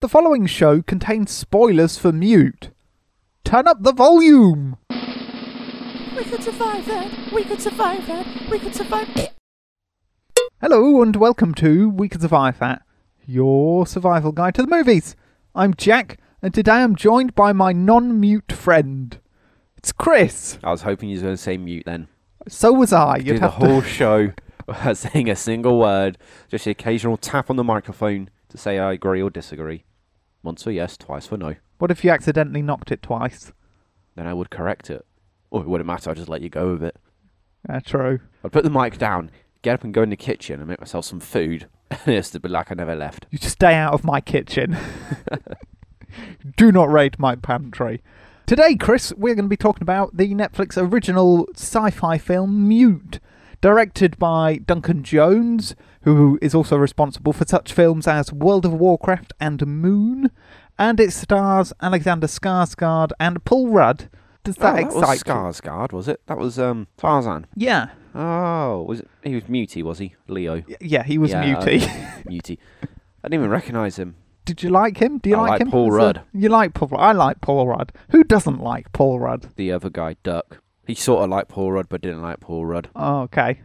The following show contains spoilers for Mute. Turn up the volume! We could survive that. We could survive that. We could survive. Hello and welcome to We Can Survive That, your survival guide to the movies. I'm Jack, and today I'm joined by my non mute friend. It's Chris. I was hoping you were going to say mute then. So was I. You'd Do the have to- whole show without saying a single word, just the occasional tap on the microphone to say I agree or disagree. Once for yes, twice for no. What if you accidentally knocked it twice? Then I would correct it. Or it wouldn't matter, I'd just let you go with it. Uh, true. I'd put the mic down, get up and go in the kitchen and make myself some food, and it's to be like I never left. You just stay out of my kitchen. Do not raid my pantry. Today, Chris, we're going to be talking about the Netflix original sci fi film Mute, directed by Duncan Jones, who is also responsible for such films as World of Warcraft and Moon. And it stars Alexander Skarsgård and Paul Rudd. Does that oh, that excite was you? Skarsgård, was it? That was um, Tarzan. Yeah. Oh, was it? He was Muty, was he? Leo. Y- Yeah, he was Yeah, Muty. okay. Muty. I didn't even recognise him. Did you like him? Do you I like like him? Paul as a- Rudd. you like Paul I like Paul Rudd. Who doesn't like Paul Rudd? The other guy, Duck. He sort of liked Paul Rudd, but didn't like Paul Rudd. Oh, okay.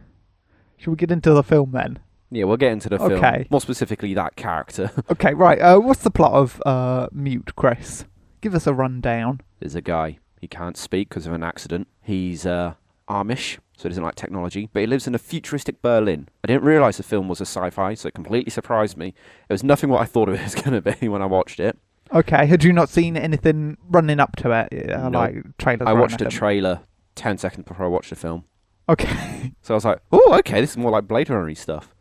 Should we get into the film then? Yeah, we'll get into the Okay. film. More specifically, that character. Okay, right. Uh, what's the plot of uh, Mute, Chris? Give us a rundown. There's a guy. He can't speak because of an accident. He's uh, Amish, so he doesn't like technology, but he lives in a futuristic Berlin. I didn't realise the film was a sci fi, so it completely surprised me. It was nothing what I thought it was going to be when I watched it. Okay, had you not seen anything running up to it, uh, No. like trailers? I running watched at a them? trailer 10 seconds before I watched the film. Okay, So I was like, oh, okay, this is more like Blade Runner stuff.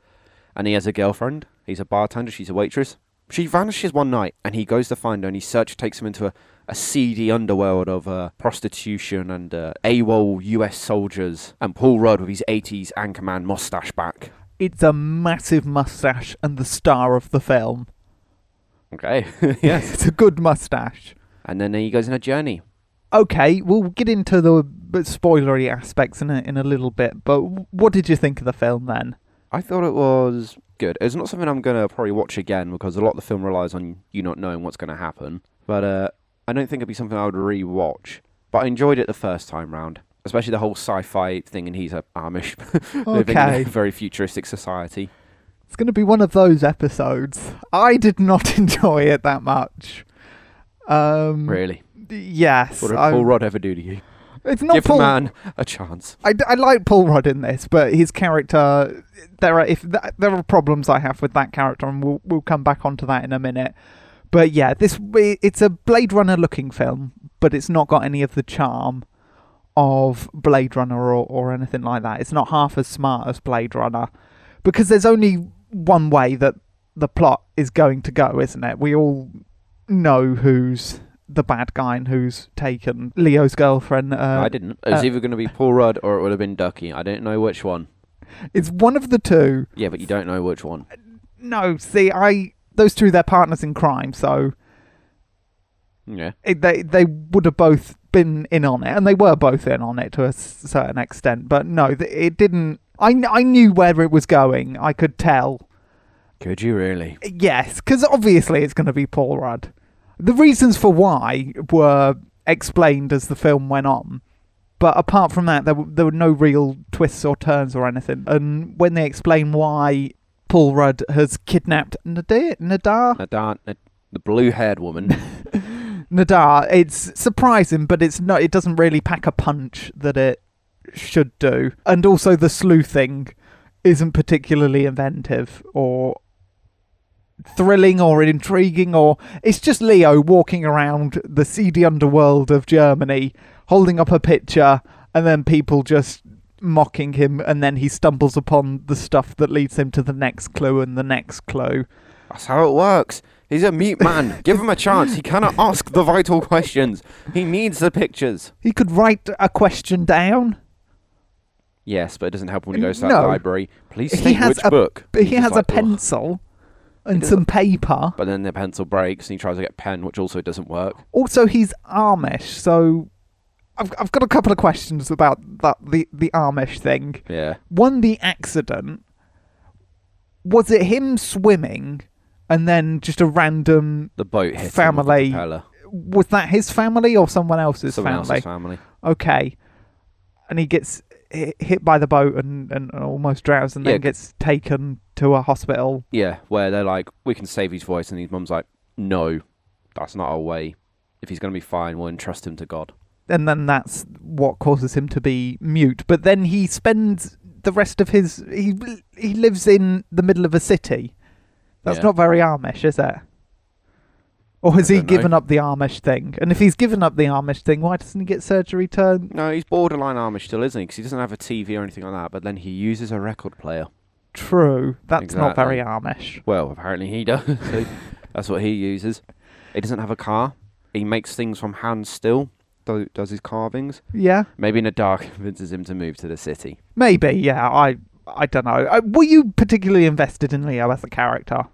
And he has a girlfriend. He's a bartender. She's a waitress. She vanishes one night, and he goes to find her, and his search takes him into a, a seedy underworld of uh, prostitution and uh, AWOL US soldiers and Paul Rudd with his 80s Anchorman mustache back. it's a massive mustache and the star of the film. Okay, yes. it's a good mustache. And then he goes on a journey. Okay, we'll get into the bit spoilery aspects in a, in a little bit. But w- what did you think of the film then? I thought it was good. It's not something I'm going to probably watch again because a lot of the film relies on you not knowing what's going to happen. But uh, I don't think it'd be something I would re watch. But I enjoyed it the first time round, especially the whole sci fi thing, and he's a Amish living Okay. in a very futuristic society. It's going to be one of those episodes. I did not enjoy it that much. Um, Really? Yes. What did I- Paul Rudd ever do to you? it's not Give Paul. the man a chance. I, d- I like Paul Rudd in this, but his character, there are if th- there are problems I have with that character, and we'll we'll come back onto that in a minute. But yeah, this it's a Blade Runner looking film, but it's not got any of the charm of Blade Runner or, or anything like that. It's not half as smart as Blade Runner because there's only one way that the plot is going to go, isn't it? We all know who's the bad guy and who's taken Leo's girlfriend. Uh, I didn't. It was uh, either going to be Paul Rudd or it would have been Ducky. I didn't know which one. It's one of the two. Yeah, but you don't know which one. No, see, I those two they're partners in crime, so Yeah. it, they they would have both been in on it, and they were both in on it to a s- certain extent. But no, th- it didn't. I kn- I knew where it was going. I could tell. Could you really? Yes, because obviously it's going to be Paul Rudd. The reasons for why were explained as the film went on. But apart from that, there, w- there were no real twists or turns or anything. And when they explain why Paul Rudd has kidnapped Nadir, Nadar, Nadan, Nad- the blue haired woman. Nadar, it's surprising, but it's not. It doesn't really pack a punch that it should do, and also the sleuthing isn't particularly inventive or thrilling or intriguing or it's just leo walking around the seedy underworld of germany holding up a picture and then people just mocking him and then he stumbles upon the stuff that leads him to the next clue and the next clue That's how it works. He's a mute man. Give him a chance. He cannot ask the vital questions. He needs the pictures. he could write a question down Yes, but it doesn't help when he goes to No. that library. Please He state has which a- book. But he He's has a like, "Ugh." pencil and does- some paper. But then the pencil breaks and he tries to get a pen, which also doesn't work. Also, he's Amish, so I've I've got a couple of questions about that the the Amish thing. Yeah. One, the accident. Was it him swimming and then just a random The boat hit Family. Him with the propeller. was that his family or someone else's Someone family? else's family. Okay, and he gets hi- hit by the boat and, and almost drowns, and Yeah. then gets taken to a hospital. Yeah, where they're like, we can save his voice, and his mum's like, no, that's not our way. If he's going to be fine, we'll entrust him to God. and then that's what causes him to be mute. But then he spends the rest of his he he lives in the middle of a city. That's Yeah. not very Amish, is it? Or has I he don't know. given up the Amish thing? And if he's given up the Amish thing, why doesn't he get surgery to? No, he's borderline Amish still, isn't he? Because he doesn't have a TV or anything like that, but then he uses a record player. True, that's not Exactly. very Amish. Well, apparently he does. so that's what he uses. He doesn't have a car. He makes things from hand still, do- does his carvings. Yeah, Maybe in the dark convinces him to move to the city. maybe. Yeah, I I don't know. Uh, Were you particularly invested in Leo as a character?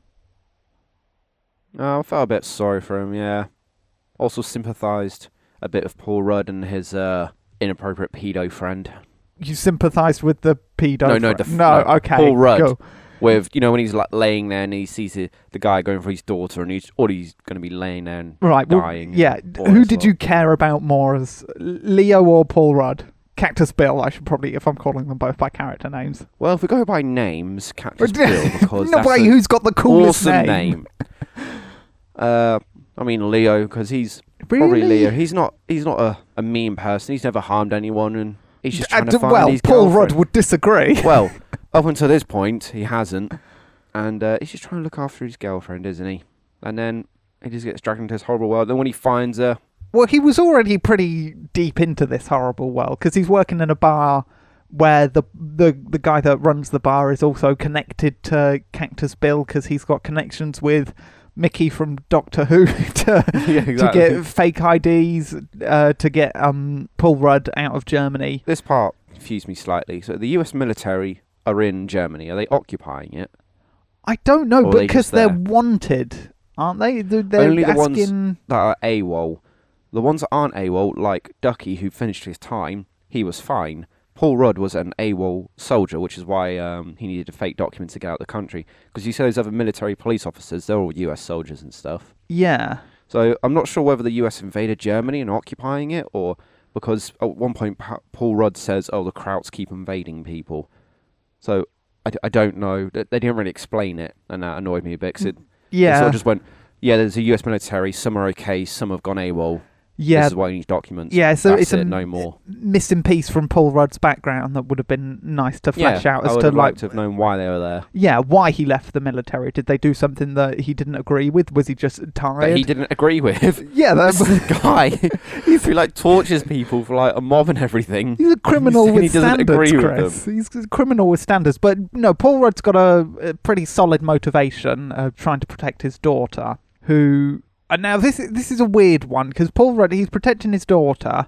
Oh, I felt a bit sorry for him, yeah. Also sympathised a bit with Paul Rudd and his uh, inappropriate pedo friend. You sympathised with the pedo? No, no, fr- the f- no. no, Okay, Paul Rudd. cool. With, you know, when he's like laying there and he sees the, the guy going for his daughter and he's, or he's going to be laying there and Right. Well, dying. yeah. and d- all Who this did lot. you care about more as Leo or Paul Rudd? Cactus Bill, I should probably, if I'm calling them both by character names. Well, if we go by names, Cactus Bill, because that's Nobody a- who's got the coolest awesome name. uh, I mean Leo because he's probably Really? Leo. He's not. He's not a, a mean person. He's never harmed anyone, and he's just trying And, to find Uh, well, his Paul Rudd girlfriend. would disagree. well, up until this point, he hasn't, and uh, he's just trying to look after his girlfriend, isn't he? And then he just gets dragged into this horrible world. Then when he finds her, Well, he was already pretty deep into this horrible world because he's working in a bar where the, the the guy that runs the bar is also connected to Cactus Bill because he's got connections with Mickey from Doctor Who to yeah, to get fake IDs, uh, to get um, Paul Rudd out of Germany. this part confused me slightly. So the U.S. military are in Germany. Are they occupying it? I don't know, Or but they because just they're there? wanted, aren't they? They're, they're Only the ones- asking. that are AWOL. The ones that aren't AWOL, like Ducky, who finished his time, he was fine. Paul Rudd was an AWOL soldier, which is why um, he needed a fake document to get out of the country. Because you see those other military police officers, they're all US soldiers and stuff. Yeah. So I'm not sure whether the US invaded Germany and occupying it, or because at one point Pa- Paul Rudd says, oh, the Krauts keep invading people. So I, d- I don't know. They, they didn't really explain it, and that annoyed me a bit. 'cause it, it Yeah. sort of just went, yeah, there's a US military, some are okay, some have gone AWOL. yeah. This is why you need documents. Yeah, so That's it's a it, no more. missing piece from Paul Rudd's background that would have been nice to flesh yeah, out I as would to have like liked to have known why they were there. yeah why he left the military. Did they do something that he didn't agree with? Was he just That tired? he didn't agree with. yeah, This that, is a guy who like tortures people for like a mob and everything. He's a criminal saying with Mm. he doesn't standards, agree with Chris. He's a criminal with standards. But no, Paul Rudd's got a, a pretty solid motivation of trying to protect his daughter, who. And now this is- this is a weird one because Paul Rudd he's protecting his daughter.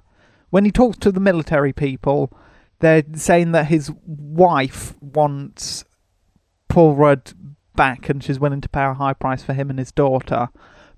When he talks to the military people, they're saying that his wife wants Paul Rudd back, and she's willing to pay a high price for him and his daughter.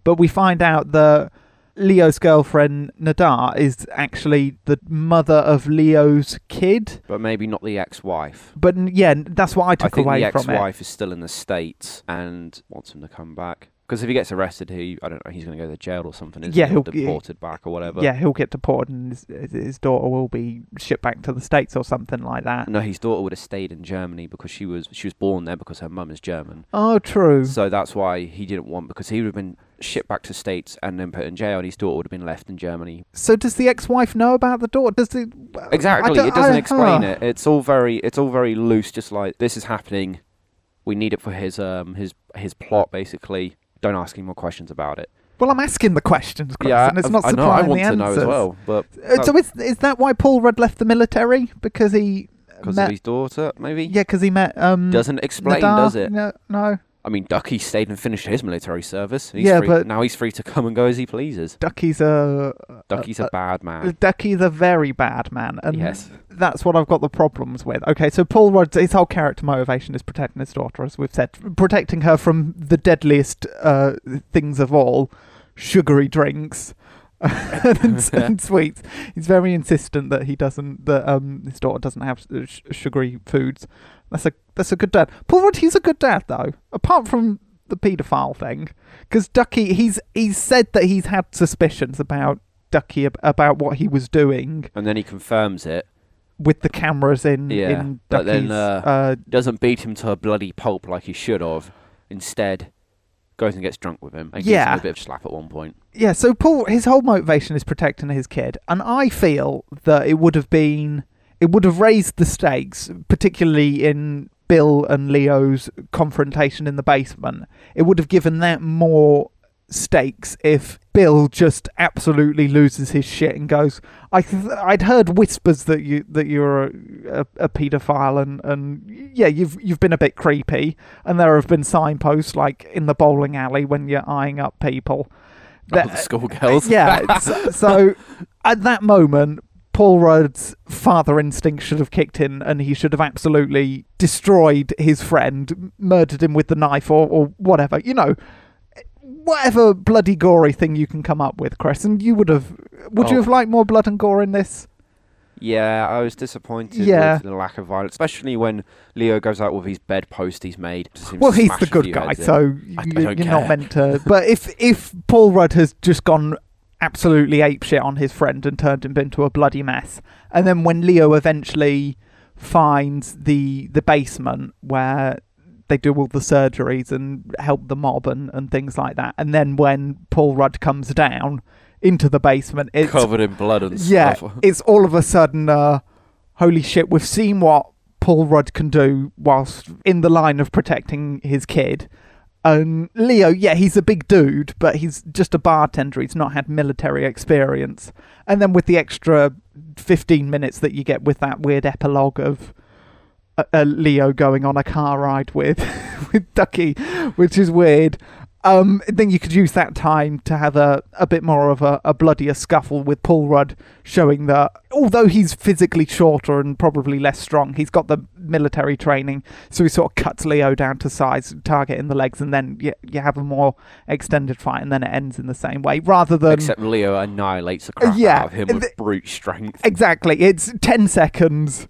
But we find out that Leo's girlfriend Nadar is actually the mother of Leo's kid. But maybe not the ex-wife. But n- yeah, n- that's what I I took think away the from it. ex-wife is still in the states and wants him to come back. Because if he gets arrested, he I don't know he's going to go to jail or something. Isn't Yeah, he? Or he'll- he- deported back or whatever. Yeah, he'll get deported, and his, his daughter will be shipped back to the states or something like that. No, his daughter would have stayed in Germany because she was she was born there because her mum is German. Oh, true. So that's why he didn't want because he would have been shipped back to states and then put in jail, and his daughter would have been left in Germany. So does the ex-wife know about the daughter? Does the Exactly, don't- it doesn't I- explain huh. it. It's all very it's all very loose. Just like this is happening, we need it for his um his his plot basically. Don't ask any more questions about it. Well, I'm asking the questions, Chris, and it's I- not I know. supplying I want the to know answers. as well, Oh. but Uh, so is is that why Paul Rudd left the military because he because met? of his daughter, maybe. yeah, because he met um. Doesn't explain, Nadar? does it? No, no. I mean, Ducky stayed and finished his military service. and he's Yeah, free- but- now he's free to come and go as he pleases. Ducky's a Ducky's uh, a bad man. Ducky the very bad man, and Yes. that's what I've got the problems with. Okay, so Paul Rudd's his whole character motivation is protecting his daughter, as we've said, protecting her from the deadliest uh, things of all, sugary drinks. and, and sweets. He's very insistent that he doesn't that um his daughter doesn't have uh, sh- sugary foods. That's a that's a good dad. Paul Rudd, he's a good dad though. Apart from the paedophile thing because Ducky he's he's said that he's had suspicions about Ducky ab- about what he was doing and then he confirms it. with the cameras in Yeah, in but Ducky's then, uh, Doesn't beat him to a bloody pulp like he should have. Instead, goes and gets drunk with him and Yeah. gives him a bit of slap at one point. yeah, so Paul, his whole motivation is protecting his kid, and I feel that it would have been, it would have raised the stakes, particularly in Bill and Leo's confrontation in the basement. It would have given that more stakes if Bill just absolutely loses his shit and goes, "I, th- I'd heard whispers that you that you're a, a, a paedophile and and yeah, you've you've been a bit creepy, and there have been signposts like in the bowling alley when you're eyeing up people." Oh, the schoolgirls. uh, Yeah. it's- so at that moment, Paul Rudd's father instinct should have kicked in, and he should have absolutely destroyed his friend, murdered him with the knife, or, or whatever. You know, whatever bloody gory thing you can come up with, Chris. And you would have. Would you Oh. have liked more blood and gore in this? Yeah, I was disappointed Yeah. with the lack of violence, especially when Leo goes out with his bedpost he's made. Just him Well, he's smash the a good few guy, heads in. so I you, don't you're not care. meant to. But if if Paul Rudd has just gone absolutely apeshit on his friend and turned him into a bloody mess, and then when Leo eventually finds the the basement where they do all the surgeries and help the mob and, and things like that, and then when Paul Rudd comes down into the basement, it's covered in blood and yeah, stuff. it's all of a sudden, uh, holy shit, we've seen what Paul Rudd can do whilst in the line of protecting his kid. And Leo, yeah, he's a big dude, but he's just a bartender. He's not had military experience. And then with the extra 15 minutes that you get with that weird epilogue of uh, uh, Leo going on a car ride with with Ducky, which is weird. Um, then you could use that time to have a, a bit more of a, a bloodier scuffle with Paul Rudd, showing that although he's physically shorter and probably less strong, he's got the military training, so he sort of cuts Leo down to size, target in the legs, and then you, you have a more extended fight, and then it ends in the same way, rather than Except Leo annihilates the crap yeah, out of him and with the- brute strength. Exactly. It's 10 seconds,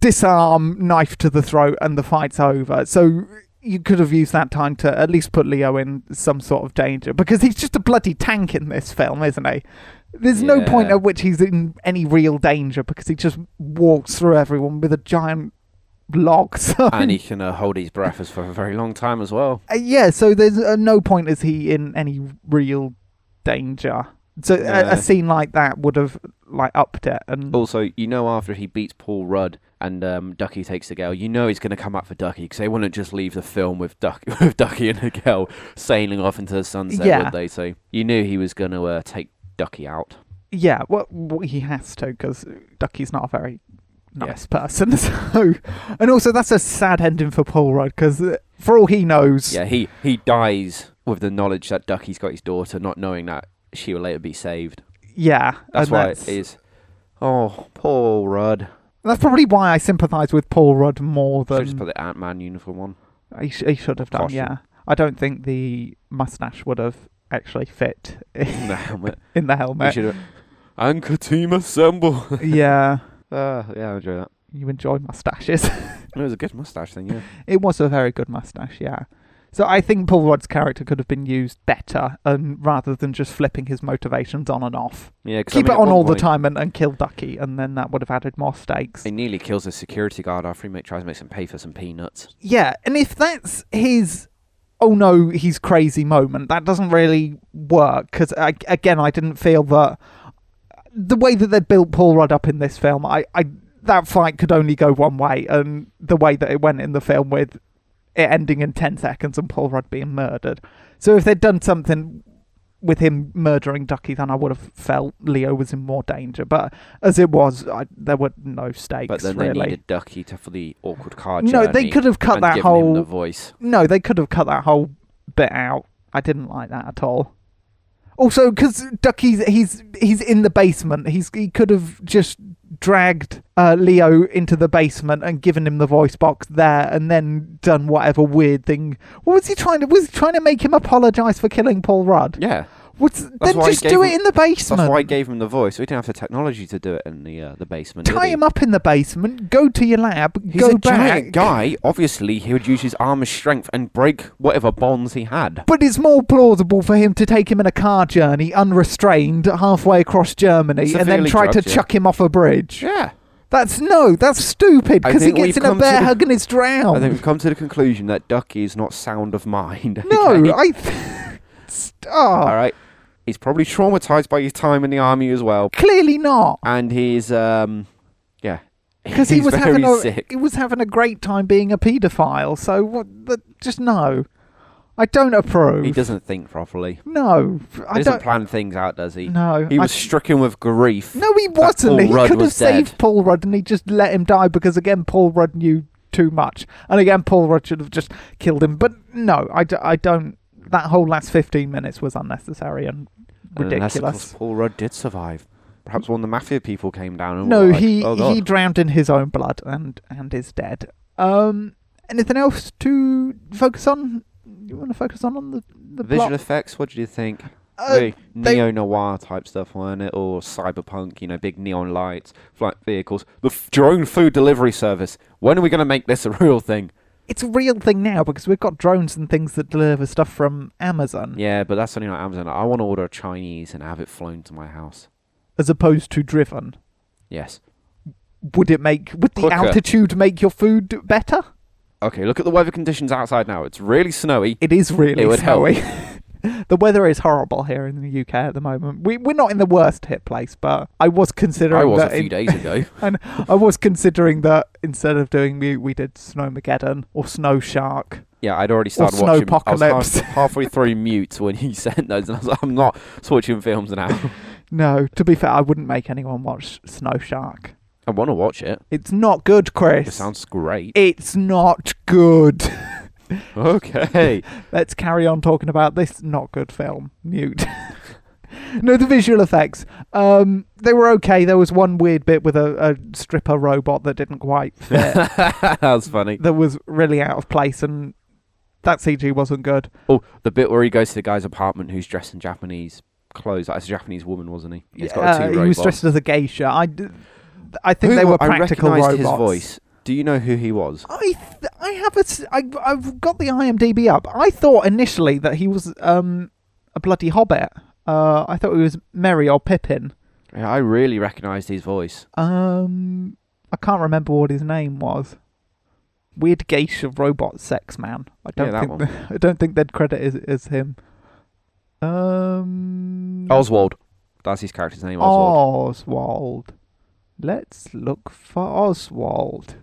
disarm, knife to the throat, and the fight's over. So you could have used that time to at least put Leo in some sort of danger because he's just a bloody tank in this film, isn't he? There's no point Yeah. at which he's in any real danger because he just walks through everyone with a giant log. So and he can uh, hold his breath as for a very long time as well. uh, yeah, so there's uh, no point is he in any real danger. So a, Yeah. a scene like that would have like upped it and Also, you know, after he beats Paul Rudd and um, Ducky takes the girl, you know he's going to come up for Ducky because they wouldn't just leave the film with, Duck- with Ducky and the girl sailing off into the sunset, Yeah. would they? So you knew he was going to uh, take Ducky out. Yeah, well, well he has to because Ducky's not a very nice Yes. person. So, and also that's a sad ending for Paul Rudd because for all he knows, Yeah, he, he dies with the knowledge that Ducky's got his daughter, not knowing that she will later be saved. yeah, That's and why that's, it is. Oh, Paul Rudd. that's probably why I sympathise with Paul Rudd more Should than have just put the Ant Man uniform on. he, sh- he should have done. Caution. Yeah, I don't think the mustache would have actually fit in the helmet. in the We helmet. should have. Anchor team assemble. yeah, Uh, yeah, I enjoy that. you enjoy mustaches. It was a good mustache thing, yeah. It was a very good mustache, yeah. So I think Paul Rudd's character could have been used better, and rather than just flipping his motivations on and off, Yeah, 'cause I keep it mean, at on one all the point, time and, and kill Ducky, and then that would have added more stakes. He nearly kills a security guard after he make, tries to make some pay for some peanuts. Yeah, and if that's his oh no, he's crazy moment, that doesn't really work because again, I didn't feel that the way that they built Paul Rudd up in this film, I, I that fight could only go one way, and the way that it went in the film with it ending in ten seconds and Paul Rudd being murdered. So if they'd done something with him murdering Ducky, then I would have felt Leo was in more danger. But as it was, I, there were no stakes. But then really. they needed Ducky to, for the awkward car No, they journey could have cut and that given him whole the voice. no, they could have cut that whole bit out. I didn't like that at all. Also, because Ducky's he's he's in the basement. He's he could have just dragged uh, Leo into the basement and given him the voice box there, and then done whatever weird thing. What was he trying to? Was he trying to make him apologize for killing Paul Rudd? Yeah. What's, then why he just gave do him- it in the basement. That's why I gave him the voice. We didn't have the technology to do it in the uh, the basement. Tie did him up in the basement. Go to your lab. He's go a back. giant guy. Obviously, he would use his armor strength and break whatever bonds he had. But it's more plausible for him to take him in a car journey, unrestrained, halfway across Germany, and Severely then try to drugged, yeah. chuck him off a bridge. Yeah. That's no, that's stupid I because he think gets we've in a come to bear the- hug and is drowned. I think we've come to the conclusion that Ducky is not sound of mind. no, uh, okay? I. Th- St- oh, All right. He's probably traumatized by his time in the army as well, clearly not. and he's um, yeah, Because he he's was very having a sick. he was having a great time being a paedophile. So what? The, just no, I don't approve. He doesn't think properly. No, I He doesn't don't. plan things out, does he? No, He I- was stricken with grief. No, he wasn't. Paul He Rudd could have was dead. saved Paul Rudd, and he just let him die because again, Paul Rudd knew too much, and again, Paul Rudd should have just killed him. But no, I, d- I don't. That whole last fifteen minutes was unnecessary and And Uh, unless, of course, ridiculous. Paul Rudd did survive. Perhaps one of the mafia people came down and No, were like, he "Oh, God." he drowned in his own blood and and is dead. Um, anything else to focus on? You want to focus on on the the Visual plot? effects, what did you think? Uh, they- Neo noir type stuff, weren't it? Or cyberpunk, you know, big neon lights, flight vehicles, the f- drone food delivery service. When are we going to make this a real thing? It's a real thing now because we've got drones and things that deliver stuff from Amazon Yeah, but that's only on Amazon. I want to order a Chinese and have it flown to my house. as opposed to driven. Yes. would it make would the Quicker. altitude make your food better? Okay, look at the weather conditions outside now. It's really snowy. It is really It would snowy. the weather is horrible here in the UK at the moment. We we're not in the worst hit place, but I was considering I was a that few in- days ago. and I was considering that instead of doing we we did Snowmageddon or Snow Shark. Yeah, I'd already started watching. I was Snowpocalypse. half, halfway through mute when he sent those, and I was like, I'm not switching films now. No, to be fair, I wouldn't make anyone watch Snow Shark. I want to watch it. It's not good, Chris. It sounds great. it's not good. Okay. Let's carry on talking about this not good film, Newt. no, the visual effects. Um, they were okay. There was one weird bit with a, a stripper robot that didn't quite fit. that was funny. that was really out of place, and that CG wasn't good. Oh, the bit where he goes to the guy's apartment who's dressed in Japanese clothes. That's a Japanese woman, wasn't he? He's got Uh, a two he was robot. dressed as a geisha. I, d- I think Who they wa- were practical I recognised robots. his voice. Do you know who he was? I th- I have a s- I I've got the IMDb up. I thought initially that he was um a bloody hobbit. Uh, I thought he was Merry or Pippin. Yeah, I really recognised his voice. Um, I can't remember what his name was. Weird geisha robot sex man. I don't Yeah, that think I don't think they'd credit as, as him. Um, Oswald. That's his character's name, Oswald. Oswald. Let's look for Oswald.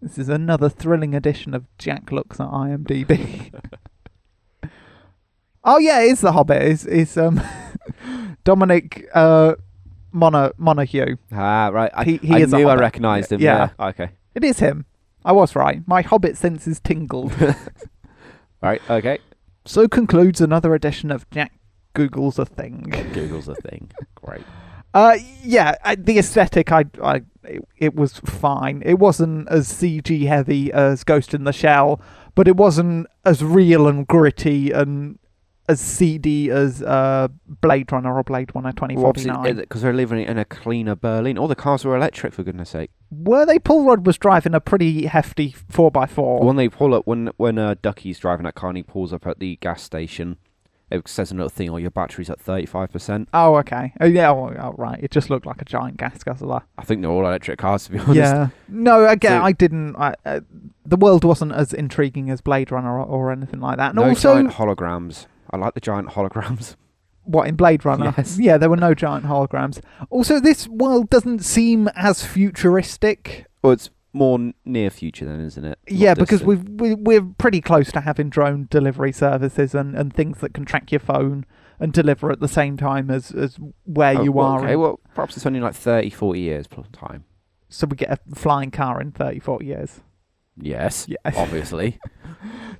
This is another thrilling edition of Jack looks at IMDb. oh yeah, it's the Hobbit. It's, it's um Dominic uh Mono Monahue. Ah, right. I, He- he I is a knew I hobbit. recognised him. Yeah. Yeah. Okay. It is him. I was right. My hobbit senses tingled. Right. Okay. so concludes another edition of Jack Googles a thing. Google's a thing. Great. Uh, yeah, I- the aesthetic, I, I, it, it was fine. It wasn't as CG heavy as Ghost in the Shell, but it wasn't as real and gritty and as seedy as uh, Blade Runner or Blade Runner twenty forty nine. Because uh, they're living in a cleaner Berlin. All the cars were electric, for goodness sake. Were they? Paul Rudd was driving a pretty hefty four x four. When they pull up, when when uh, Ducky's driving that car and he pulls up at the gas station, it says a little thing, oh, your battery's at 35%. Oh, okay. Oh, yeah. Oh, oh, right. It just looked like a giant gas guzzler. I think they're all electric cars, to be honest. Yeah. No, again, So- I didn't. I, uh, the world wasn't as intriguing as Blade Runner or, or anything like that. And No also, giant holograms. I like the giant holograms. what in Blade Runner? Yes. Yeah, there were no giant holograms. Also, this world doesn't seem as futuristic. Well, it's more n- near future then, isn't it? Not yeah, because distant. we've, we, we're pretty close to having drone delivery services and, and things that can track your phone and deliver at the same time as, as where Oh, you well, are. Okay, and- well, perhaps it's only like 30, 40 years plus time. so we get a flying car in 30, 40 years. Yes, Yeah. obviously.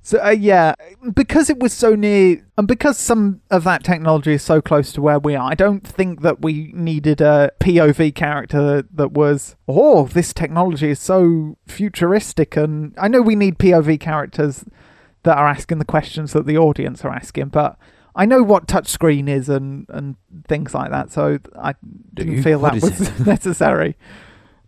So uh, yeah, because it was so near, and because some of that technology is so close to where we are, I don't think that we needed a POV character that was, oh, this technology is so futuristic, and I know we need POV characters that are asking the questions that the audience are asking, but I know what touchscreen is and and things like that, so I didn't you? feel What that is was necessary.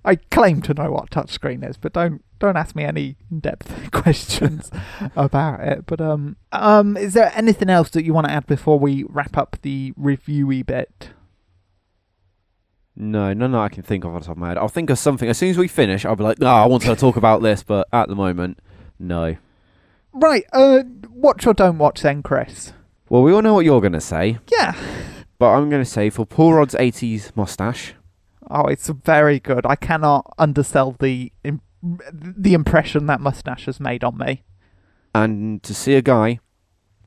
I claim to know what touchscreen is, but don't don't ask me any in-depth questions about it. But um, um, is there anything else that you want to add before we wrap up the reviewy bit? No, no, no. I can think of off the top of my head. I'll think of something as soon as we finish. I'll be like, no, I wanted to talk about this, but at the moment, no. Right, uh, watch or don't watch then, Chris. Well, we all know what you're going to say, Yeah. but I'm going to say for Paul Rudd's 80s mustache, Oh, it's very good. I cannot undersell the im- the impression that mustache has made on me. and to see a guy,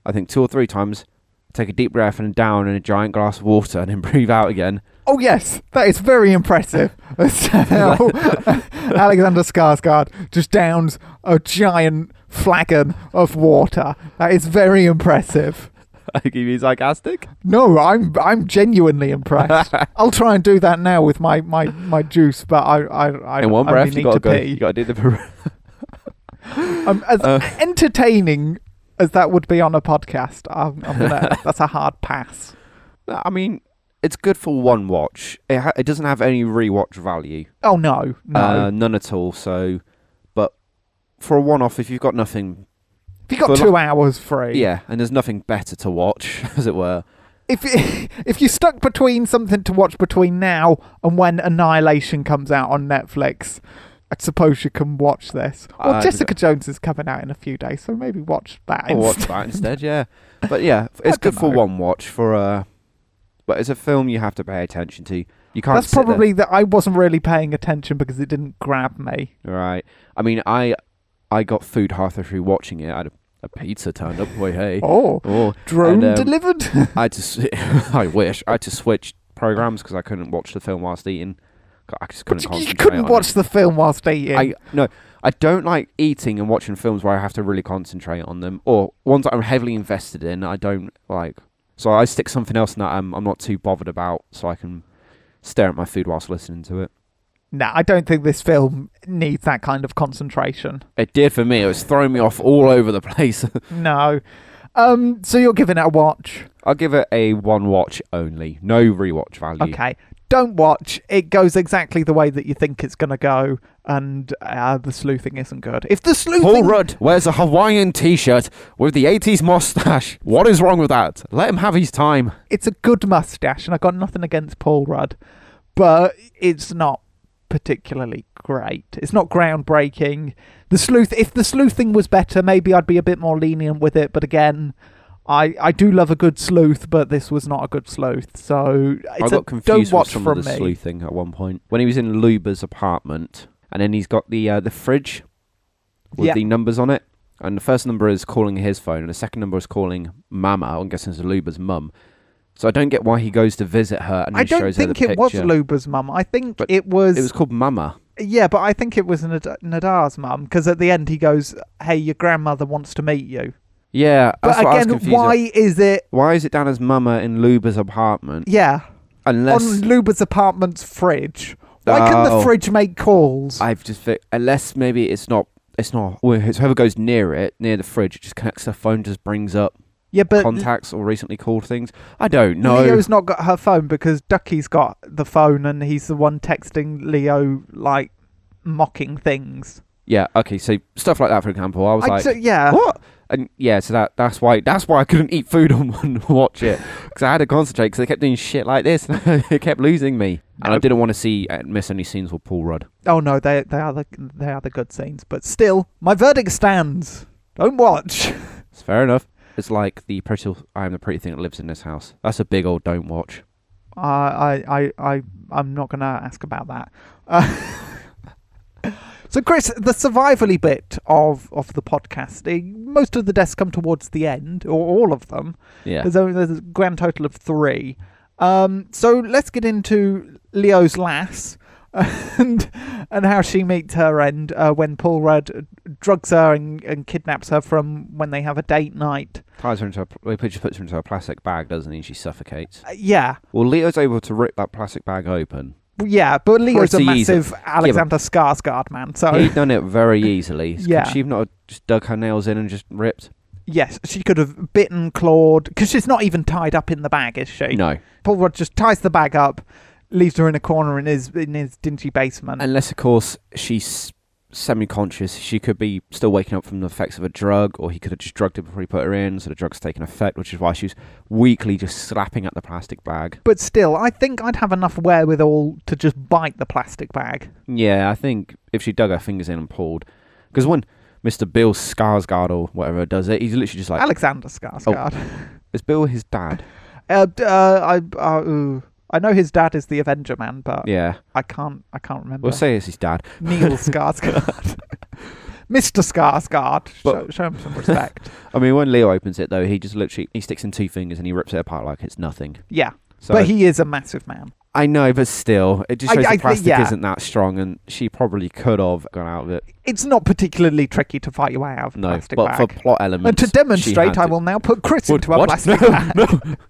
I think two or three times, take a deep breath and down in a giant glass of water and then breathe out again. Oh yes, that is very impressive. That's how Alexander Skarsgård just downs a giant flagon of water. That is very impressive. I think he's sarcastic. No, I'm I'm genuinely impressed. I'll try and do that now with my, my, my juice, but I I, I In one only breath, you need got to to go. pee. You got to do the. Um, as Uh. entertaining as that would be on a podcast, um, I'm, I'm gonna, that's a hard pass. I mean, it's good for one watch. It ha- it doesn't have any rewatch value. Oh no, no! Uh, none at all. So, but for a one-off, if you've got nothing, if you got for two hours free, yeah, and there's nothing better to watch, as it were. If if you're stuck between something to watch between now and when Annihilation comes out on Netflix, I suppose you can watch this. Well, Uh, Jessica Jones is coming out in a few days, so maybe watch that. I'll watch instead. that instead. Yeah, but yeah, f- I it's good for dunno. one watch. For uh, but it's a film you have to pay attention to. You can't. That's sit there- probably that I wasn't really paying attention because it didn't grab me. right. I mean, I I got food halfway through watching it. I had a, a pizza turned up. Boy, hey. Oh, Oh, drone um, delivered. I had to. s- I wish I had to switch programs because I couldn't watch the film whilst eating. God, I just couldn't. But you- you concentrate couldn't on it. watch the film whilst eating. I no, I don't like eating and watching films where I have to really concentrate on them, or ones that I'm heavily invested in. I don't like, so I stick something else that I'm I'm not too bothered about, so I can stare at my food whilst listening to it. No, I don't think this film needs that kind of concentration. It did for me. It was throwing me off all over the place. No. Um, so you're giving it a watch. I'll give it a one watch only, no rewatch value. Okay. Don't watch. It goes exactly the way that you think it's going to go, and uh, the sleuthing isn't good. If the Paul sleuthing. Rudd wears a Hawaiian T-shirt with the '80s mustache. What is wrong with that? Let him have his time. it's a good mustache, and I've got nothing against Paul Rudd, but it's not particularly great. It's not groundbreaking. The sleuth, if the sleuthing was better, maybe I'd be a bit more lenient with it. But again, I I do love a good sleuth, but this was not a good sleuth. So I it's got a don't confused watch with some from of the me. sleuthing at one point when he was in Luba's apartment, and then he's got the uh, the fridge with Yeah. the numbers on it, and the first number is calling his phone, and the second number is calling Mama. I'm guessing it's Luba's mum. So I don't get why he goes to visit her and I then don't shows her the think it picture. was Luba's mum. I think But it was, It was called Mama. yeah, but I think it was Nad- Nadar's mum because at the end he goes, "Hey, your grandmother wants to meet you." Yeah, But that's what I was again, confused why at. is it? Why is it down as Mama in Luba's apartment? Yeah, Unless on Luba's apartment's fridge. Why can the Oh. fridge make calls? I've just fi- unless maybe it's not. It's not. well, It's whoever goes near it, near the fridge, it just connects their phone, just brings up yeah, but contacts or recently called things. I don't know. Leo's not got her phone because Ducky's got the phone and he's the one texting Leo like mocking things. yeah, okay, so stuff like that, for example. I was I- like, so- yeah, what? And yeah, so that that's why that's why I couldn't eat food and- and watch it because I had to concentrate because they kept doing shit like this. and it kept losing me, and I No. didn't want to see uh, miss any scenes with Paul Rudd. Oh no, they they are the they are the good scenes, but still, my verdict stands. Don't watch. It's fair enough. It's like the pretty I am the pretty thing that lives in this house. That's a big old don't watch. Uh, I I I I'm not gonna ask about that. Uh, so Chris, the survivally bit of of the podcast, eh, most of the deaths come towards the end, or all of them. Yeah, There's, only, there's a grand total of three. Um, so let's get into Leo's lass and and how she meets her end uh, when Paul Rudd drugs her and, and kidnaps her from when they have a date night. ties her into a, pl- well, he puts- puts her into a plastic bag, doesn't he? And she suffocates. Uh, yeah, Well, Leo's able to rip that plastic bag open. yeah, but Leo's a Pretty easy. massive Alexander Skarsgård man. So He'd done it very easily. Oh. Yeah. Could she have not have just dug her nails in and just ripped? Yes, she could have bitten, clawed, because she's not even tied up in the bag, is she? No. Paul Rudd just ties the bag up, leaves her in a corner in his in his dingy basement. Unless, of course, she's semi-conscious. She could be still waking up from the effects of a drug, or he could have just drugged her before he put her in, so the drug's taken effect, which is why she's weakly just slapping at the plastic bag. but still, I think I'd have enough wherewithal to just bite the plastic bag. Yeah, I think if she dug her fingers in and pulled, because when Mister Bill Skarsgård or whatever does it, he's literally just like, Alexander Skarsgård. "Is Bill his dad?" Uh, d- uh, I uh, ooh. I know his dad is the Avenger man, but Yeah, I can't I can't remember. we'll say it's his dad. Neil Skarsgård. Mr. Skarsgård. Show, But- show him some respect. I mean, when Leo opens it though, he just literally he sticks in two fingers and he rips it apart like it's nothing. yeah. So But he is a massive man. I know, but still, it just I- shows I the think- plastic yeah. isn't that strong, and she probably could have gone out of it. It's not particularly tricky to fight your way out of a No, plastic but bag. for plot elements, and to she demonstrate, had I to- will now put Chris What- into a what? plastic No, bag. no.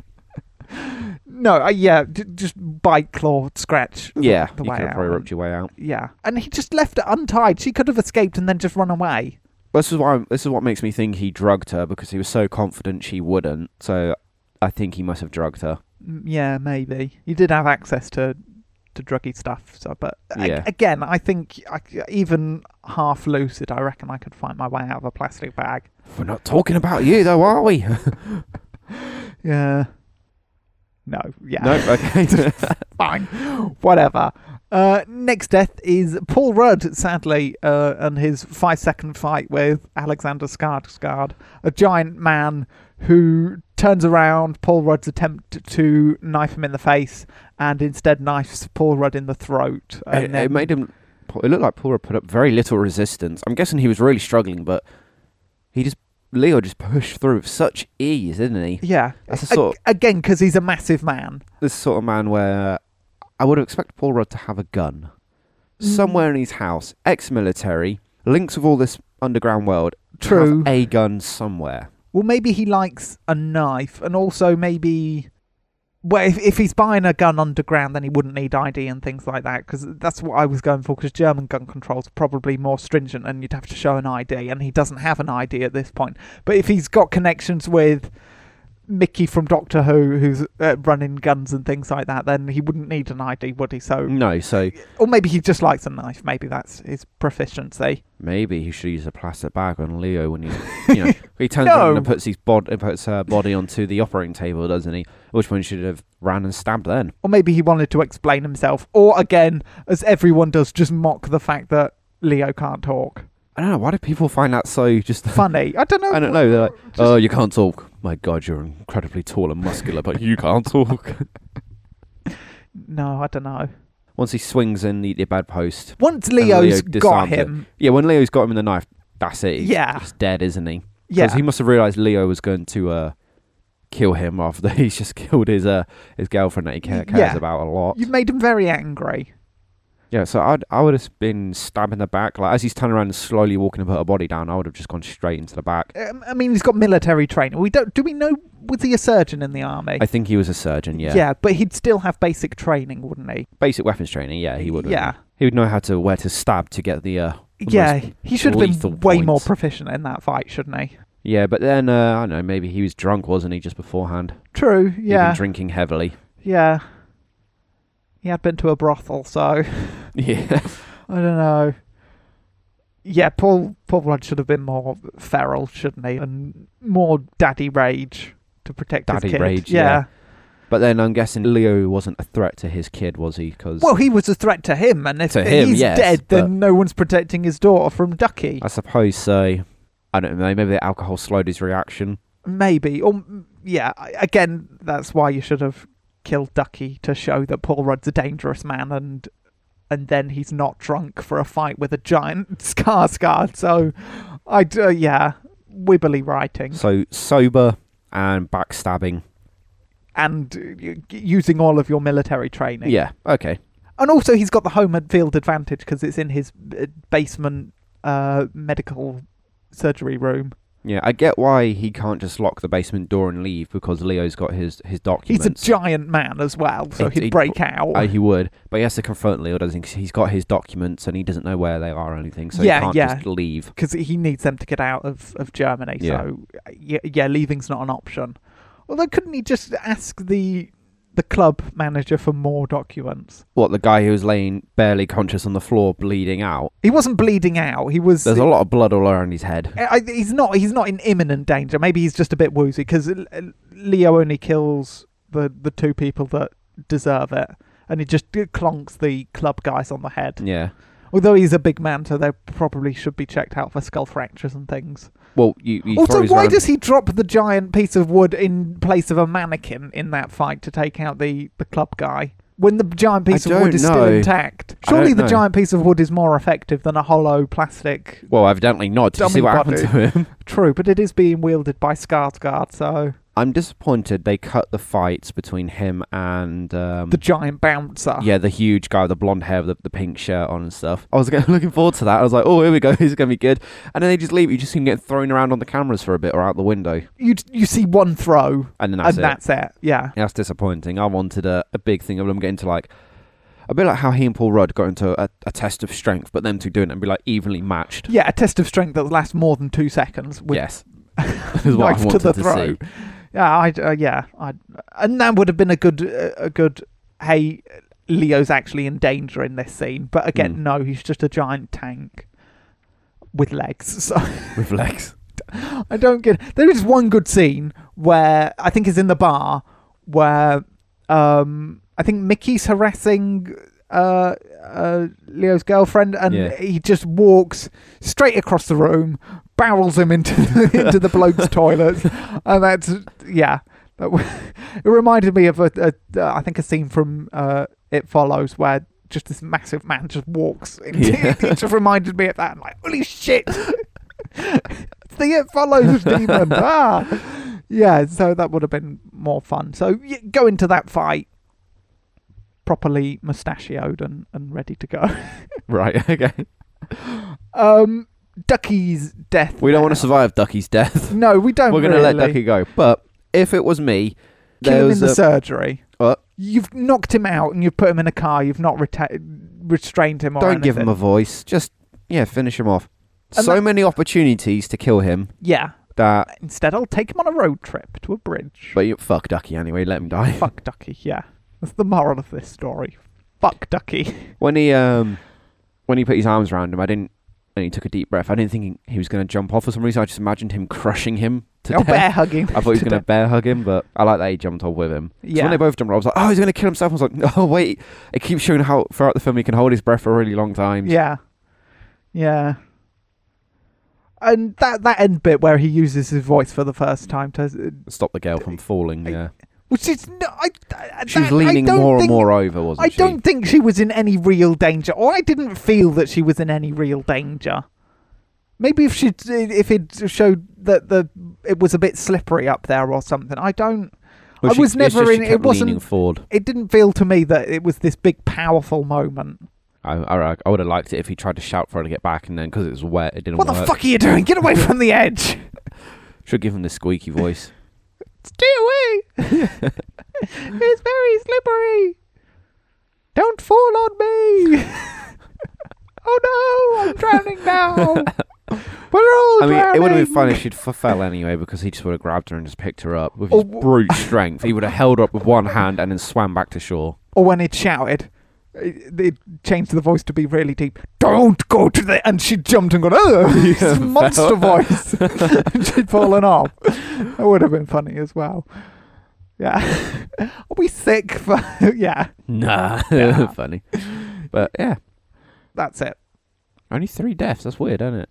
No, uh, yeah, d- just bite, claw, scratch. the- Yeah, the you way could have out. probably ripped your way out. Yeah, and he just left it untied. She could have escaped and then just run away. This is why. I'm- This is what makes me think he drugged her because he was so confident she wouldn't. So I think he must have drugged her. Mm, Yeah, maybe he did have access to to druggy stuff. So, but a- Yeah. again, I think I c even half lucid, I reckon I could find my way out of a plastic bag. We're not talking about you though, are we? Yeah. No. Yeah. no. Okay. fine. Whatever. Uh, next death is Paul Rudd, sadly, uh, and his five second fight with Alexander Skarsgård, a giant man who turns around Paul Rudd's attempt to knife him in the face and instead knifes Paul Rudd in the throat. And it, then- it made him. It looked like Paul had put up very little resistance. I'm guessing he was really struggling, but he just Leo just pushed through with such ease, didn't he? Yeah. That's a sort of- Again, because he's a massive man. This sort of man where I would expect Paul Rudd to have a gun Mm. somewhere in his house, ex-military, links with all this underground world. to have True. a gun somewhere. Well, maybe he likes a knife, and also maybe. Well, if, if he's buying a gun underground, then he wouldn't need ID and things like that, because that's what I was going for, because German gun control's probably more stringent and you'd have to show an ID, and he doesn't have an ID at this point. But if he's got connections with Mickey from Doctor Who, who's uh, running guns and things like that, then he wouldn't need an ID, would he? So, No, so Or maybe he just likes a knife. Maybe that's his proficiency. Maybe he should use a plastic bag on Leo when he's, you know, he turns No. around and puts his bod- and puts her body onto the operating table, doesn't he? At Which one should have ran and stabbed then? Or maybe he wanted to explain himself. Or again, as everyone does, just mock the fact that Leo can't talk. I don't know. Why do people find that so just? Funny. I don't know. I don't know. They're like, oh, you can't talk. My God, you're incredibly tall and muscular, but you can't talk. No, I don't know. Once he swings in the, the bedpost, Once Leo Leo's got disarms it. him, yeah. When Leo's got him in the knife, that's it. He's, Yeah. he's dead, isn't he? yeah, he must have realized Leo was going to uh, kill him after he's just killed his uh, his girlfriend that he ca- cares Yeah. about a lot. you've made him very angry. Yeah, so I'd, I would have been stabbed in the back. Like as he's turning around and slowly walking to put her body down, I would have just gone straight into the back. Um, I mean, he's got military training. We don't. Do we know? Was he a surgeon in the army? I think he was a surgeon. Yeah. yeah, but he'd still have basic training, wouldn't he? Basic weapons training. Yeah, he would. wouldn't Yeah. he? He would know how to where to stab to get the. Uh, the yeah, most- he should have lethal been way more points. proficient in that fight, shouldn't he? yeah, but then uh, I don't know. Maybe he was drunk, wasn't he, just beforehand? True. He'd been Yeah. drinking heavily. Yeah. He had been to a brothel, so. Yeah. I don't know. Yeah, Paul Paul Rudd should have been more feral, shouldn't he? And more daddy rage to protect Daddy his kid. rage, yeah. but then I'm guessing Leo wasn't a threat to his kid, was he? Because Well, he was a threat to him, and if To him, he's yes, dead, but- then no one's protecting his daughter from Ducky. I suppose so. I don't know. Maybe the alcohol slowed his reaction. Maybe, or mm, yeah. I- Again, that's why you should have killed Ducky to show that Paul Rudd's a dangerous man, and and then he's not drunk for a fight with a giant scar scar. So, I d- uh, yeah, wibbly writing. So sober and backstabbing. and uh, y- using all of your military training. Yeah. Okay. And also, he's got the home ad- field advantage because it's in his uh, basement uh, medical surgery room. Yeah, I get why he can't just lock the basement door and leave because Leo's got his his documents. He's a giant man as well, so It- he'd it- break out. Uh, he would, but he has to confront Leo, doesn't he? 'Cause he's got his documents and he doesn't know where they are or anything, so Yeah, he can't yeah. just leave. because he needs them to get out of, of Germany. Yeah. So yeah, yeah, leaving's not an option. Although, couldn't he just ask the the club manager for more documents? What the guy who was laying barely conscious on the floor, bleeding out? He wasn't bleeding out. He was. There's a lot of blood all around his head. I, I- he's not. He's not in imminent danger. Maybe he's just a bit woozy because Leo only kills the the two people that deserve it, and he just clonks the club guys on the head. Yeah. Although he's a big man, so they probably should be checked out for skull fractures and things. Well, you. you Also, throws why around- does he drop the giant piece of wood in place of a mannequin in that fight to take out the, the club guy? When the giant piece of don't wood is still know. intact. I Surely don't the know. giant piece of wood is more effective than a hollow plastic. Well, evidently not. Did you see Dummy what happened to body. him? True, but it is being wielded by Skarsgård, so. I'm disappointed they cut the fights between him and um, The giant bouncer. yeah, the huge guy with the blonde hair, with the, the pink shirt on and stuff. I was getting, looking forward to that. I was like, oh, here we go. This is going to be good. And then they just leave. You just see him get thrown around on the cameras for a bit or out the window. You, you see one throw, And then that's and it. that's it. Yeah. Yeah, That's disappointing. I wanted a, a big thing of them getting to like. A bit like how he and Paul Rudd got into a, a test of strength, but them two doing it and be like evenly matched. Yeah, a test of strength that lasts more than two seconds with yes. is what I knife to wanted the to, throat. see. Yeah, I uh, yeah, I and that would have been a good uh, a good hey Leo's actually in danger in this scene, but again Mm. no, he's just a giant tank with legs. So With legs. I don't get there is one good scene where I think is in the bar where um I think Mickey's harassing uh, uh Leo's girlfriend and Yeah. he just walks straight across the room, barrels him into the, into the bloke's toilet and that's yeah. That w- it reminded me of a, a uh, I think a scene from uh, It Follows where just this massive man just walks. Into, Yeah. it just reminded me of that. I'm like, holy shit! the It Follows demon. ah, yeah. So that would have been more fun. So y- go into that fight properly mustachioed and, and ready to go. Right, okay. Um, Ducky's death. We don't want to now. survive Ducky's death. No, we don't. We're going to really. let Ducky go. But if it was me, kill there him in was the a- surgery. What? You've knocked him out and you've put him in a car. You've not reta- restrained him or Don't give him a anything. voice. Just yeah, finish him off. And so that- many opportunities to kill him Yeah. that, Instead, I'll take him on a road trip to a bridge. but you, fuck Ducky anyway. Let him die. Fuck Ducky. Yeah, that's the moral of this story. Fuck Ducky. When he um, when he put his arms around him, I didn't. And he took a deep breath. I didn't think he, he was going to jump off for some reason. I just imagined him crushing him to I'll death. bear hugging. I thought he was to going to death. bear hug him, but I like that he jumped off with him. So Yeah. when they both jumped off, I was like, oh, he's going to kill himself. I was like, oh, wait. It keeps showing how throughout the film he can hold his breath for a really long time. Yeah, yeah. And that that end bit where he uses his voice for the first time to, Stop the girl from falling. I- Yeah. which is no, I, I She was that- I leaning don't more and think- more over, wasn't I she? don't think she was in any real danger, or I didn't feel that she was in any real danger. Maybe if she if it showed that the it was a bit slippery up there or something. I don't. Well, I she- was it's never just she in- it kept wasn't- leaning forward. It didn't feel to me that it was this big powerful moment. I, I, I would have liked it if he tried to shout for her to get back, and then because it was wet, it didn't What work. the fuck are you doing? Get away from the edge! Should give him the squeaky voice. Stay away! it's very slippery. Don't fall on me. oh no! I'm drowning now. We're all I mean, drowning. it would have been fun if she'd f- fell anyway, because he just would have grabbed her and just picked her up with Oh, his w- brute strength. He would have held her up with one hand and then swam back to shore. or when it shouted, it, it changed the voice to be really deep. Don't go to the. And she jumped and gone, oh, it's a monster voice. And She'd fallen off. That would have been funny as well. Yeah. Are we sick? For, yeah. Nah, funny, but yeah, That's it. only three deaths. That's weird, isn't it?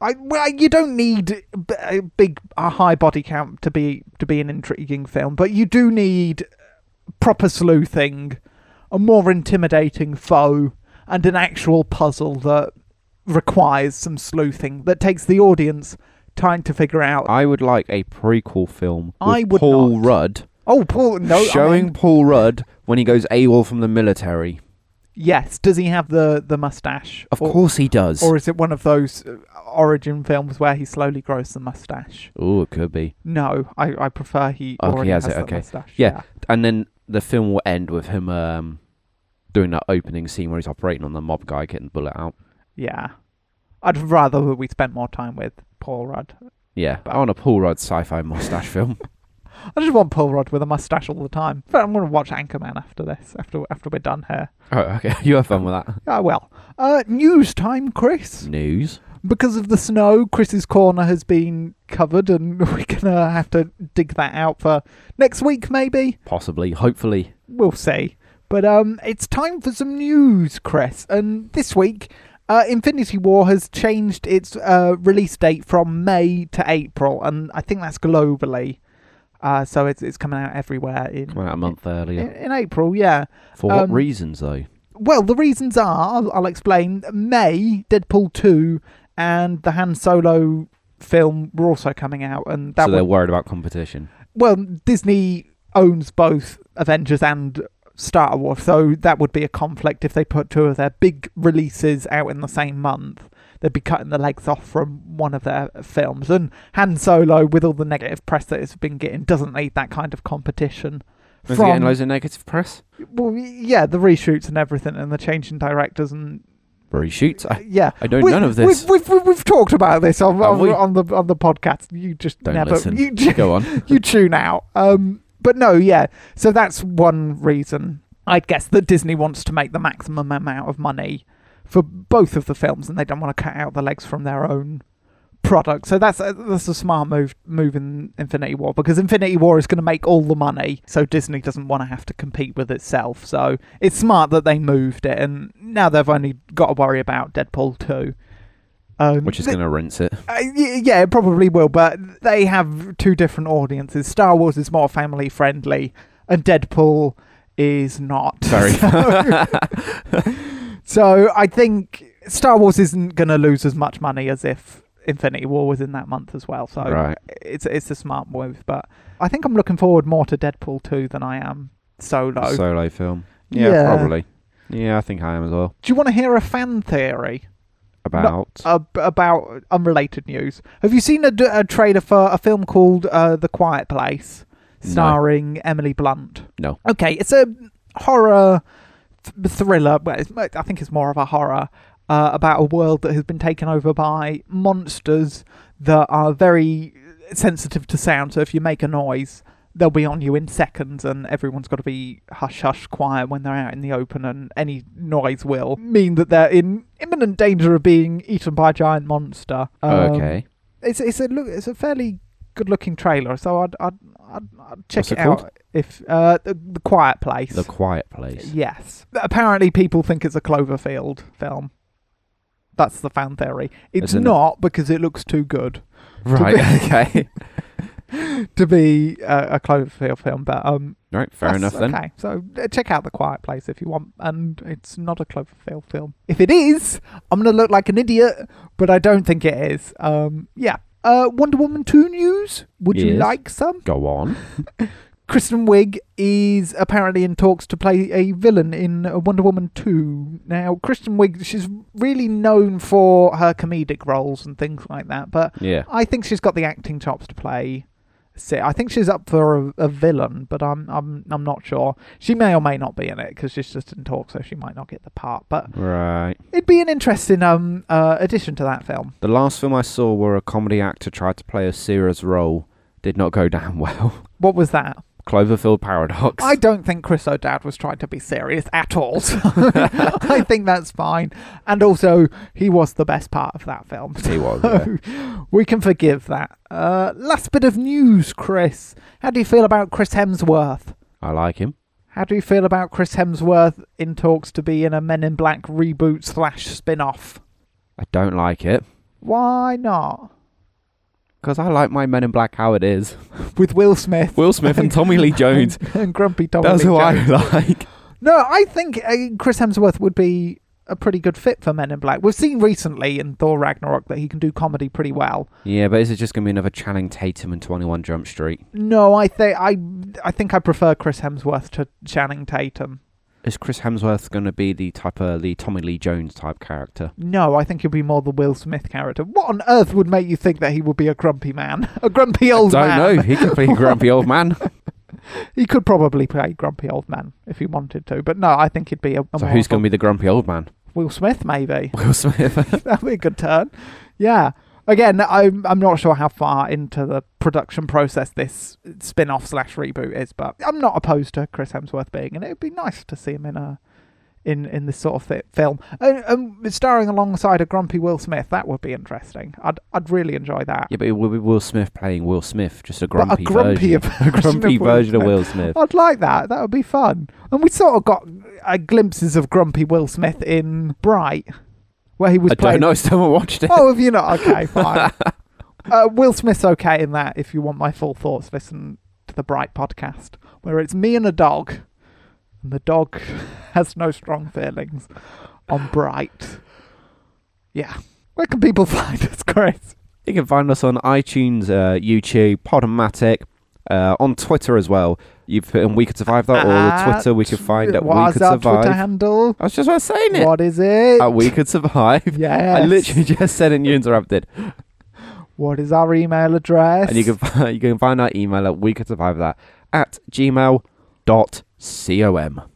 I, well, you don't need b- a big, a high body count to be to be an intriguing film, but you do need proper sleuthing, a more intimidating foe, and an actual puzzle that requires some sleuthing that takes the audience time to figure out. I would like a prequel film with I would Paul not. Rudd oh, Paul, no, I showing mean- Paul Rudd when he goes AWOL from the military Yes. Does he have the the mustache? Of Or- course he does. Or is it one of those uh, origin films where he slowly grows the mustache? oh, it could be. No, I, I prefer he Okay, already Oh, has has, it, the okay. mustache. Yeah. And then the film will end with him um, doing that opening scene where he's operating on the mob guy getting the bullet out. Yeah. I'd rather that we spent more time with Paul Rudd. Yeah, I want a Paul Rudd sci-fi mustache film. I just want Paul Rudd with a mustache all the time. But I'm going to watch Anchorman after this, after after we're done here. Oh, okay. You have fun with that. Ah, well. Uh, news time, Chris. News. Because of the snow, Chris's corner has been covered, and we're going to have to dig that out for next week, maybe? Possibly. Hopefully. We'll see. But um, it's time for some news, Chris. And this week, uh, Infinity War has changed its uh, release date from May to April, and I think that's globally. Uh, so it's it's coming out everywhere in Come out a month in, earlier. in April, yeah. For what Eh, um, reasons, though? Well, the reasons are I'll, I'll explain. May, Deadpool two, and the Han Solo film were also coming out, and that so was, they're worried about competition. well, Disney owns both Avengers and Star Wars, so that would be a conflict if they put two of their big releases out in the same month. They'd be cutting the legs off from one of their films. And Han Solo, with all the negative press that it's been getting, doesn't need that kind of competition. Is it getting loads of negative press? well, yeah, the reshoots and everything, and the change in directors, and Reshoots. I, yeah, I don't we, none of this. We've, we've, we've talked about this on, Have on, we? on the on the podcast. You just Don't never listen. you ju- Go on. you tune out. Um, but no, yeah. So that's one reason I guess that Disney wants to make the maximum amount of money for both of the films, and they don't want to cut out the legs from their own product. So that's a, that's a smart move move in Infinity War because Infinity War is going to make all the money, so Disney doesn't want to have to compete with itself. So it's smart that they moved it, and now they've only got to worry about Deadpool two. Um, Which is th- going to rinse it. uh, y- yeah, it probably will, but they have two different audiences. Star Wars is more family friendly, and Deadpool is not. Very. So, so I think Star Wars isn't going to lose as much money as if Infinity War was in that month as well. So Right. it's it's a smart move, but I think I'm looking forward more to Deadpool 2 than I am Solo. Solo film. Yeah, Yeah. probably. Yeah, I think I am as well. Do you want to hear a fan theory? About. ab- about unrelated news. Have you seen a, d- a trailer for a film called uh, The Quiet Place, No. starring Emily Blunt? No. Okay, it's a horror th- thriller. Well, it's, I think it's more of a horror uh, about a world that has been taken over by monsters that are very sensitive to sound. So if you make a noise, they'll be on you in seconds, and everyone's got to be hush hush quiet when they're out in the open. And any noise will mean that they're in imminent danger of being eaten by a giant monster. Um, okay. it's it's a look it's a fairly good looking trailer, so I'd I'd, I'd, I'd check What's it, it out if uh the, the Quiet Place. The Quiet Place. yes, apparently people think it's a Cloverfield film. That's the fan theory. It's Isn't it? not because it looks too good Right. Okay. to be uh, a, a Cloverfield film, but um, right. Fair that's enough then. Okay, so uh, check out the Quiet Place if you want, and it's not a Cloverfield film. If it is, I'm gonna look like an idiot, but I don't think it is. Um, yeah. Uh, Wonder Woman 2 news? Would you Yes. like some? Go on. Kristen Wiig is apparently in talks to play a villain in uh, Wonder Woman 2. Now, Kristen Wiig, she's really known for her comedic roles and things like that, but Yeah. I think she's got the acting chops to play. Sid. I think she's up for a, a villain, but I'm I'm I'm not sure. She may or may not be in it because she's just in talks, so she might not get the part. But Right. it'd be an interesting um uh, addition to that film. The last film I saw where a comedy actor tried to play a serious role did not go down well. What was that? Cloverfield Paradox. I don't think Chris O'Dowd was trying to be serious at all. So I think that's fine. And also, he was the best part of that film. He was, yeah. So we can forgive that. Uh, last bit of news, Chris. How do you feel about Chris Hemsworth? I like him. How do you feel about Chris Hemsworth in talks to be in a Men in Black reboot slash spin off? I don't like it Why not? because I like my Men in Black how it is. With Will Smith. Will Smith and Tommy Lee Jones. and, and Grumpy Tommy. That's Lee who Jones. I like. No, I think uh, Chris Hemsworth would be a pretty good fit for Men in Black. We've seen recently in Thor Ragnarok that he can do comedy pretty well. Yeah, but is it just going to be another Channing Tatum and 21 Jump Street? No, I think I I think I prefer Chris Hemsworth to Channing Tatum. Is Chris Hemsworth going to be the type of the Tommy Lee Jones type character? No, I think he'll be more the Will Smith character. What on earth would make you think that he would be a grumpy man? A grumpy old Don't man. know. He could be a grumpy old man. He could probably play grumpy old man if he wanted to, but no, I think he'd be a, a so who's going to be the grumpy old man? Will Smith maybe. Will Smith. That'd be a good turn. Yeah. Again, I'm I'm not sure how far into the production process this spin-off slash reboot is, but I'm not opposed to Chris Hemsworth being, and it would be nice to see him in a in in this sort of fi- film, and, and starring alongside a grumpy Will Smith. That would be interesting. I'd I'd really enjoy that. yeah, but it will be Will Smith playing Will Smith, just a grumpy, grumpier version, a version Oh, of grumpy Will version of Smith. Will Smith. I'd like that. That would be fun. And we sort of got uh, glimpses of grumpy Will Smith in Bright, where he was I playing don't know. I still haven't watched it. Oh, if you're not okay, fine. uh, Will Smith's okay in that. If you want my full thoughts, listen to the Bright podcast, where it's me and a dog, and the dog has no strong feelings on Bright. Yeah. Where can people find us, Chris? You can find us on iTunes, uh, YouTube, Podomatic, uh, on Twitter as well. You put in We Could Survive that, or At- Twitter, we could find at What We is Could our Twitter Survive. handle? I was just about saying it. What is it? At We Could Survive. Yes. I literally just said it and you interrupted. What is our email address? And you can find, you can find our email at We Could Survive that at gmail.com.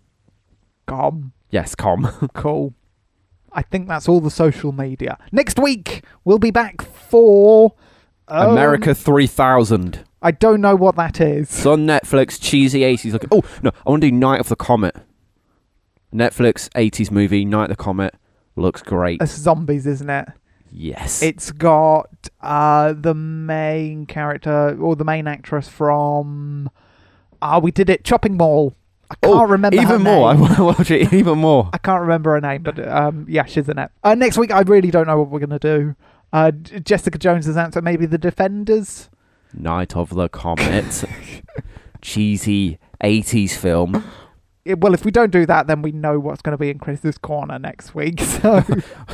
com. Yes, com. Cool. I think that's all the social media. Next week we'll be back for um, America 3000. I don't know what that is. It's on Netflix, cheesy 80s. Looking. Oh, no, I want to do Night of the Comet. Netflix 80s movie, Night of the Comet. Looks great. It's zombies, isn't Uh, it? Yes. It's got uh, the main character or the main actress from Ah, we did it, Chopping Mall. I can't remember Oh, Even her more. Name. I want to watch it even more. I can't remember her name, but um, yeah, she's in it. Uh, next week, I really don't know what we're gonna do. Uh, J- Jessica Jones is out, so maybe the Defenders. Night of the Comet. cheesy 80s film. Yeah, well, if we don't do that, then we know what's going to be in Chris's corner next week. So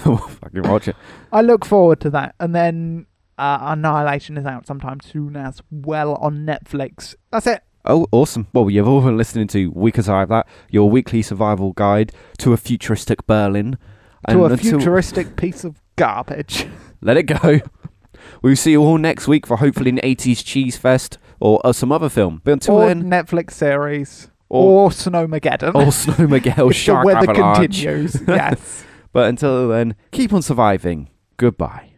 we'll fucking watch it. I look forward to that. And then uh, Annihilation is out sometime soon as well on Netflix. That's it. Oh, awesome. Well, you've all been listening to We Could Survive That, your weekly survival guide to a futuristic Berlin. to And a until- futuristic piece of garbage. Let it go. We'll see you all next week for hopefully an 80s cheese fest or uh, some other film. But until or then, Netflix series. Or- Or, Snowmageddon. or Snowmageddon if the Shark weather Avalanche. continues. yes. But until then, keep on surviving. Goodbye.